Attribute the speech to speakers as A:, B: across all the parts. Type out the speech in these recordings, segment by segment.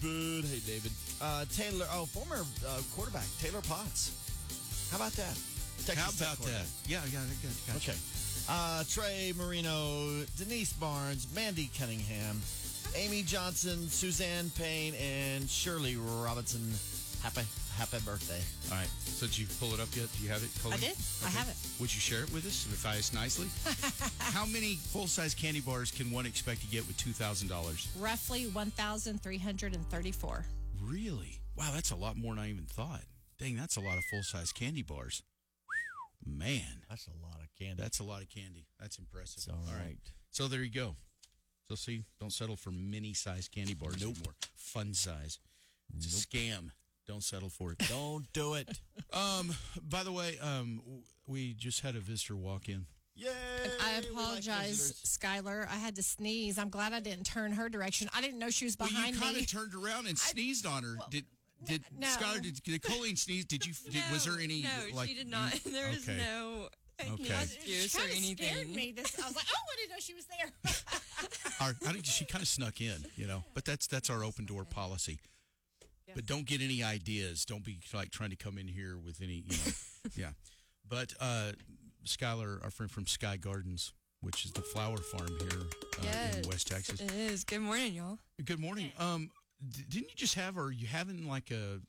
A: David. Hey, David.
B: Uh, Taylor, oh, former uh, quarterback, Taylor Potts. How about that? Texas
A: How
B: Tech
A: about
B: quarterback.
A: that? Yeah, yeah, good. Gotcha.
B: Okay. Uh, Trey Marino, Denise Barnes, Mandy Cunningham, Amy Johnson, Suzanne Payne, and Shirley Robinson. Happy, happy birthday.
A: All right. So did you pull it up yet? Do you have it, Colleen?
C: I did. I have it.
A: Would you share it with us and advise nicely? How many full-size candy bars can one expect to get with two thousand dollars?
C: Roughly 1,334.
A: Really? Wow, that's a lot more than I even thought. Dang, that's a lot of full-size candy bars. Whew, Man,
B: That's a lot of candy.
A: that's a lot of candy. That's impressive.
B: It's all right.
A: So there you go. So see, don't settle for mini-size candy bars anymore. Fun size. It's a scam. Don't settle for it.
B: Don't do it.
A: um. By the way, um, w- we just had a visitor walk in.
B: Yay!
C: I apologize, Skylar. I had to sneeze. I'm glad I didn't turn her direction. I didn't know she was
A: Well,
C: behind
A: you kind
C: me.
A: of turned around and sneezed on her. did did
C: no.
A: Skylar? Did, did Colleen sneeze? Did you? Did, was there any?
D: No,
A: like,
D: she did not. There is
A: okay.
D: no uh,
A: Okay.
D: excuse or
C: kinda scared
D: anything.
C: me. This, I was like, oh, I didn't know she was there.
A: Our, I think she kind of snuck in, you know. But that's that's our open door policy. But don't get any ideas. Don't be like trying to come in here with any, you know. yeah. But uh, Skylar, our friend from Sky Gardens, which is the flower farm here uh,
D: Yes.
A: in West Texas,
D: It is. Good morning, y'all.
A: Good morning. Um, d- didn't you just have, or you having like a,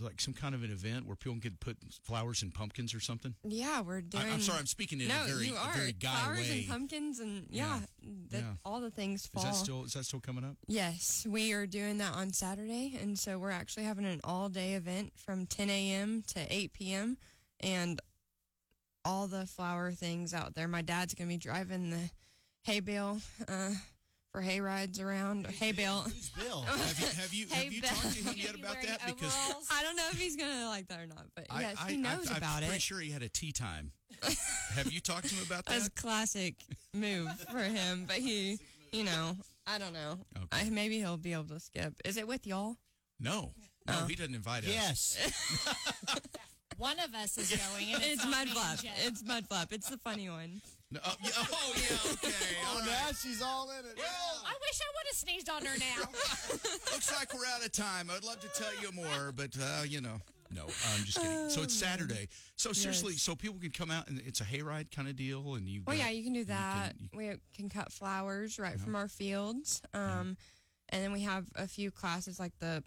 A: like some kind of an event where people can put flowers and pumpkins or something?
D: Yeah, we're doing.
A: I, am sorry, I'm speaking in
D: no,
A: a very,
D: you
A: a
D: are.
A: very guy
D: Flowers
A: way.
D: and pumpkins and yeah, that,
A: Yeah.
D: all the things
A: is
D: fall.
A: that still is that still coming up?
D: yes, we are doing that on Saturday, and so we're actually having an all-day event from 10 a.m. to 8 p.m. and all the flower things out there. My dad's gonna be driving the hay bale uh, for hay rides around. Hay bale.
B: Who's Bill?
A: Have you have you,
D: Hey,
A: have you
D: Beth.
A: talked to him yet about that? Because
D: I don't know if he's gonna like that or not, but
A: I,
D: yes,
A: I,
D: he knows
A: I,
D: about
A: I'm pretty
D: it.
A: sure he had a tea time. have you talked to him about
D: That's a
A: that?
D: classic move for him, but he, you know, I don't know.
A: Okay.
D: I, maybe he'll be able to skip. Is it with y'all?
A: No,
D: Oh.
A: no, he doesn't invite us.
B: yes.
C: One of us is going. And
D: It's
C: not
D: mud
C: me,
D: bluff.
C: Jeff.
D: It's mud bluff. It's the funny one.
A: No, oh, yeah, oh, yeah, okay. All
B: Oh,
A: right.
B: now she's all in it.
C: I wish I would have sneezed on her now.
A: Looks like we're out of time. I'd love to tell you more, but uh, you know, no, I'm just kidding. So it's Saturday. So seriously, so people can come out and it's a hayride kind of deal, and you.
D: Well, Oh, yeah, you can do that.
A: you-
D: we can cut flowers right from our fields. Um, And then we have a few classes like the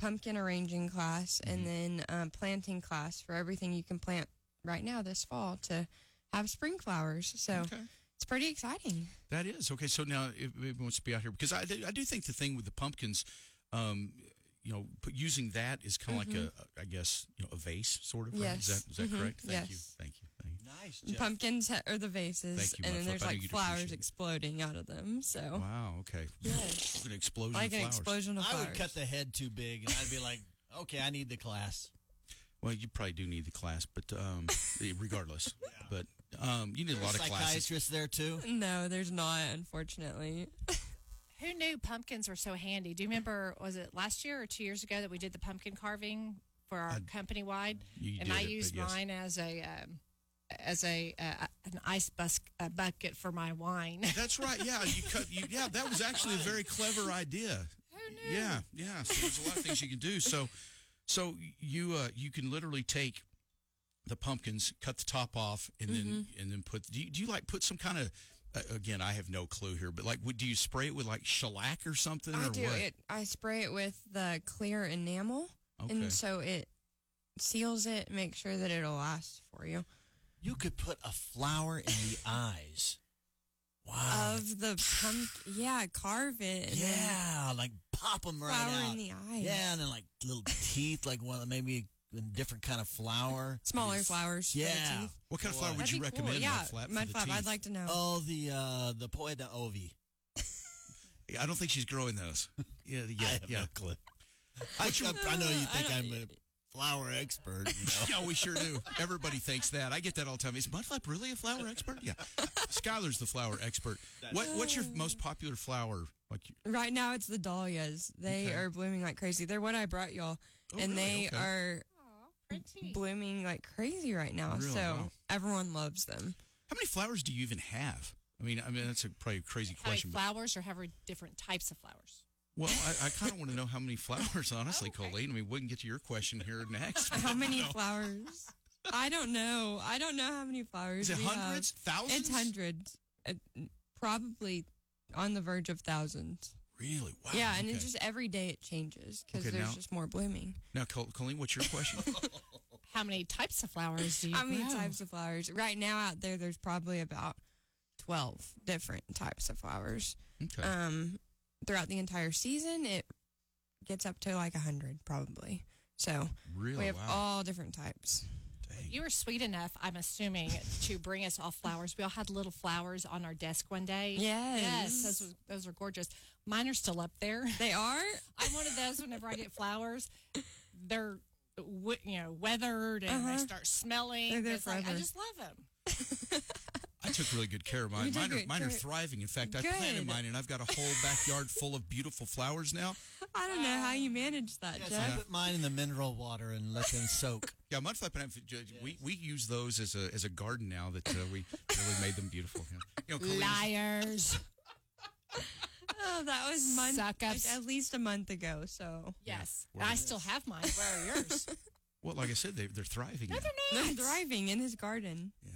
D: pumpkin arranging class and
A: Mm-hmm.
D: then um, planting class for everything you can plant right now this fall to have spring flowers. So it's pretty exciting.
A: That is okay. So now if it wants to be out here because I do, I do think the thing with the pumpkins, um, you know, put- using that is kind of like a I guess you know a vase sort of. right?
D: Mm-hmm. Yes. Mm-hmm.
A: Is that, is that correct? Thank you.
D: Yes.
A: Thank you. Thank you.
B: Nice,
D: Pumpkins ha- are the vases,
A: Thank you,
D: and
A: Mud
D: then there's
A: Flap. I knew
D: like
A: you'd appreciate
D: flowers
A: it.
D: exploding out of them. So
A: Wow. Okay. An explosion.
D: like
A: of
D: an
A: flowers.
D: explosion of
B: I
D: flowers.
B: would cut the head too big, and I'd be like, okay, I need the class.
A: Well, you probably do need the class, but um, regardless, but um, you need a lot of classes.
B: Psychiatrist there too.
D: no, there's not, unfortunately.
C: Who knew pumpkins were so handy? Do you remember, was it last year or two years ago that we did the pumpkin carving for our company wide?
A: you
C: And
A: did
C: I
A: it, but
C: used
A: yes.
C: mine as a. Um, as a uh, an ice bus- uh, bucket for my wine.
A: That's right. Yeah, you cut. You, yeah, that was actually a very clever idea. Who knew? Yeah, yeah. So there's a lot of things you can do. So, so you uh, you can literally take the pumpkins, cut the top off, and then
D: Mm-hmm.
A: and then put. Do you, do you like put some kind of uh, again? I have no clue here, but like, would do you spray it with like shellac or something
D: I
A: or
D: do
A: what?
D: it. I spray it with the clear enamel,
A: Okay.
D: and so it seals it. Make sure that it'll last for you.
B: You could put a flower in the eyes.
A: Ah.
B: Wow.
D: Of the pumpkin, yeah, carve it. and then-
B: yeah, like pop them right
D: Flower in
B: out.
D: the eyes.
B: Yeah, and then like little teeth, like one maybe a different kind of flower.
D: Smaller flowers. for the
B: Yeah.
D: teeth.
A: What kind of flower would
D: That'd
A: you
D: be cool.
A: recommend?
D: Yeah,
A: Mud flap. for
D: Mud
A: the
D: Flap, I'd
A: teeth?
D: like to know.
B: Oh, the uh the poeta ovi.
A: I don't think she's growing those. Yeah,
B: I
A: yeah,
B: have
A: yeah.
B: no clue. I, I know you think I'm a flower expert. You know?
A: Yeah, we sure do. Everybody thinks that. I get that all the time. Is Mudflap really a flower expert? Yeah. Skylar's the flower expert. What What's your most popular flower? Like, you-
D: Right now, it's the dahlias. They
A: Okay. Oh,
D: are blooming like crazy. They're what I brought y'all, and
A: really?
D: they
A: Okay.
D: are blooming like crazy right now.
A: Really?
D: So
A: Wow.
D: everyone loves them.
A: how many flowers do you even have? I mean, I mean that's a probably a crazy
C: How many
A: question. but
C: flowers or however different types of flowers?
A: Well, I, I kind of want to know how many flowers, honestly, Colleen. I mean, we can get to your question here next.
D: How many flowers? I don't know. I don't know how many flowers.
A: Is it
D: we have.
A: hundreds, thousands?
D: It's hundreds. Uh, probably on the verge of thousands.
A: Really? Wow.
D: yeah, and
A: okay.
D: it's just every day it changes because
A: Okay,
D: there's
A: now-
D: just more blooming.
A: now, Col- Colleen, what's your question?
C: How many types of flowers do you
D: How many
C: grow?
D: types of flowers? Right now out there, there's probably about twelve different types of flowers.
A: Okay.
D: Um, throughout the entire season, it gets up to like a hundred probably. So
A: really?
D: we have
A: Oh, wow.
D: all different types.
A: Dang.
C: You were sweet enough, I'm assuming, to bring us all flowers. We all had little flowers on our desk one day.
D: Yes.
C: Yes, those, was- those are gorgeous. Mine are still up there.
D: They are.
C: I'm one of those whenever I get flowers, they're, w- you know, weathered and they
D: Uh-huh.
C: start smelling.
D: They're there
C: It's like, I
D: forever.
C: just love them.
A: I took really good care of mine.
D: You took
A: Mine are,
D: great
A: mine are
D: care.
A: thriving. In fact, I planted
D: Good.
A: mine, and I've got a whole backyard full of beautiful flowers now.
D: I don't know how you manage that,
B: Yes,
D: Jeff.
B: I put mine in the mineral water and let them soak.
A: Yeah, mudfly pineapple. j- j- We we use those as a as a garden now that uh, we really made them beautiful. Yeah. You know, Colleen's-
C: Liars.
D: Oh, that was month,
C: Suck
D: like,
C: ups.
D: at least a month ago. So
C: Yes.
A: Yeah,
C: I still have mine. Where are yours?
A: well, like I said, they, they're thriving. now.
D: they're thriving in his garden.
A: Yeah,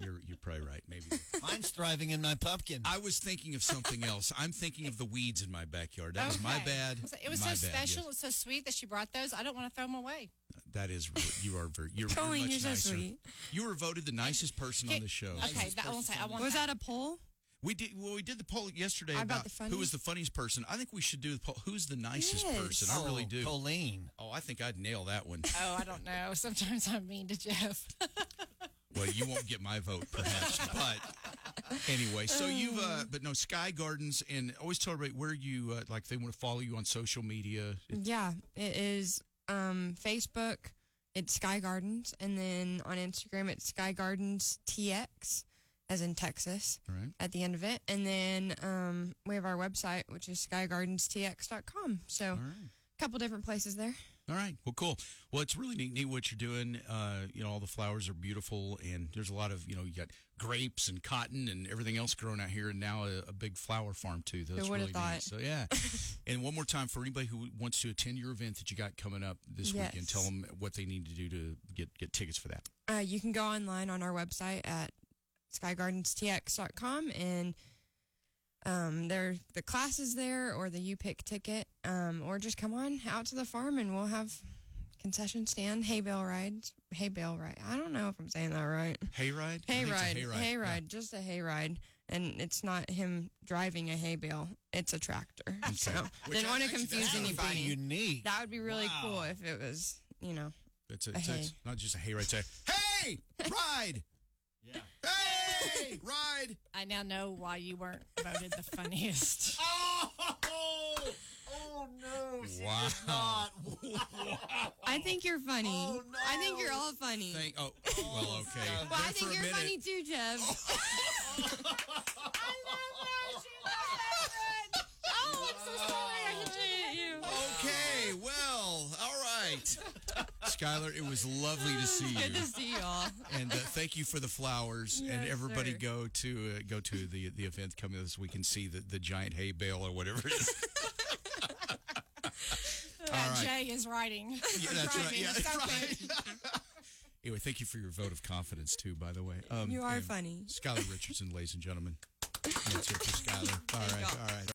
A: you're you're probably right. Maybe
B: Mine's thriving in my pumpkin.
A: I was thinking of something else. I'm thinking of the weeds in my backyard. That was my
C: Okay.
A: bad.
C: So It was
A: My
C: so
A: bad, yeah.
C: special. It's so sweet that she brought those. I don't want to throw them away.
A: That is re- you are very you're, you're
D: Colleen,
A: much
D: you're so
A: nicer.
D: sweet.
A: You were voted the nicest person on
C: Okay,
A: the show.
C: Okay, that I won't say. I want
D: Was that a poll?
A: We did well. We did the poll yesterday
D: About
A: about,
D: the
A: who was
D: funniest-
A: the funniest person. I think we should do the poll. Who's the nicest
D: Yes.
A: person? I
B: Oh,
A: really do.
B: Colleen.
A: Oh, I think I'd nail that one.
C: Oh, I don't know. Sometimes I'm mean to Jeff.
A: Well, you won't get my vote, perhaps, but anyway.
D: Oh.
A: So you've, uh, but no, Sky Gardens, and always tell everybody where you uh, like. They want to follow you on social media.
D: Yeah, it is um, Facebook. It's Sky Gardens, and then on Instagram it's Sky Gardens TX, as in Texas.
A: All right.
D: At the end of it, and then um, we have our website, which is skygardenstx.com. So, a
A: All right.
D: couple different places there.
A: All right. Well, cool. Well, it's really neat, neat what you're doing. Uh, you know, all the flowers are beautiful, and there's a lot of you know you got grapes and cotton and everything else growing out here, and now a, a big flower farm too. That's
D: would've
A: really
D: thought?
A: neat. So yeah. and one more time for anybody who wants to attend your event that you got coming up this
D: Yes.
A: weekend, tell them what they need to do to get get tickets for that.
D: Uh, you can go online on our website at skygardenstx.com and um, there the classes there or the you pick ticket um, or just come on out to the farm and we'll have concession stand hay bale rides hay bale ride I don't know if I'm saying that right
A: Hayride. I
D: hay
A: think it's a
D: ride hay
A: Yeah.
D: ride just a hay ride and it's not him driving a hay bale it's a tractor so
A: Which
D: didn't want to
A: actually- that's
D: confuse
B: That would be
D: anybody
B: unique.
D: that would be really
B: Wow.
D: cool if it was you know
A: It's, a,
D: A
A: it's, a-
D: hay.
A: it's not just a hayride. It's a hey ride.
B: Yeah.
A: Hey ride.
C: I now know why you weren't voted the funniest.
B: Oh, oh no. She
A: Wow.
B: did not. Wow.
D: I think you're funny
B: Oh, no.
D: I think you're all funny
A: Thank. Oh, well, okay.
B: Well,
D: Well,
A: There for
D: I think
A: a
D: you're
A: minute-
D: funny too, Jeff.
C: oh, I'm so sorry. I hit you.
A: Okay, well, all right. Skylar, it was lovely to see
D: Good to
A: you.
D: see y'all.
A: And uh, thank you for the flowers. and
D: Yes,
A: everybody
D: sir.
A: go to uh, go to the the event coming this week and see the, the giant hay bale or whatever it is.
C: That
A: right.
C: Jay is writing.
A: Yeah, that's right.
C: Driving,
A: Yeah,
C: it's
A: right. anyway, thank you for your vote of confidence too, by the way. Um,
D: You are
A: and
D: funny.
A: Skylar Richardson, ladies and gentlemen. That's it for Skylar. All right, all right.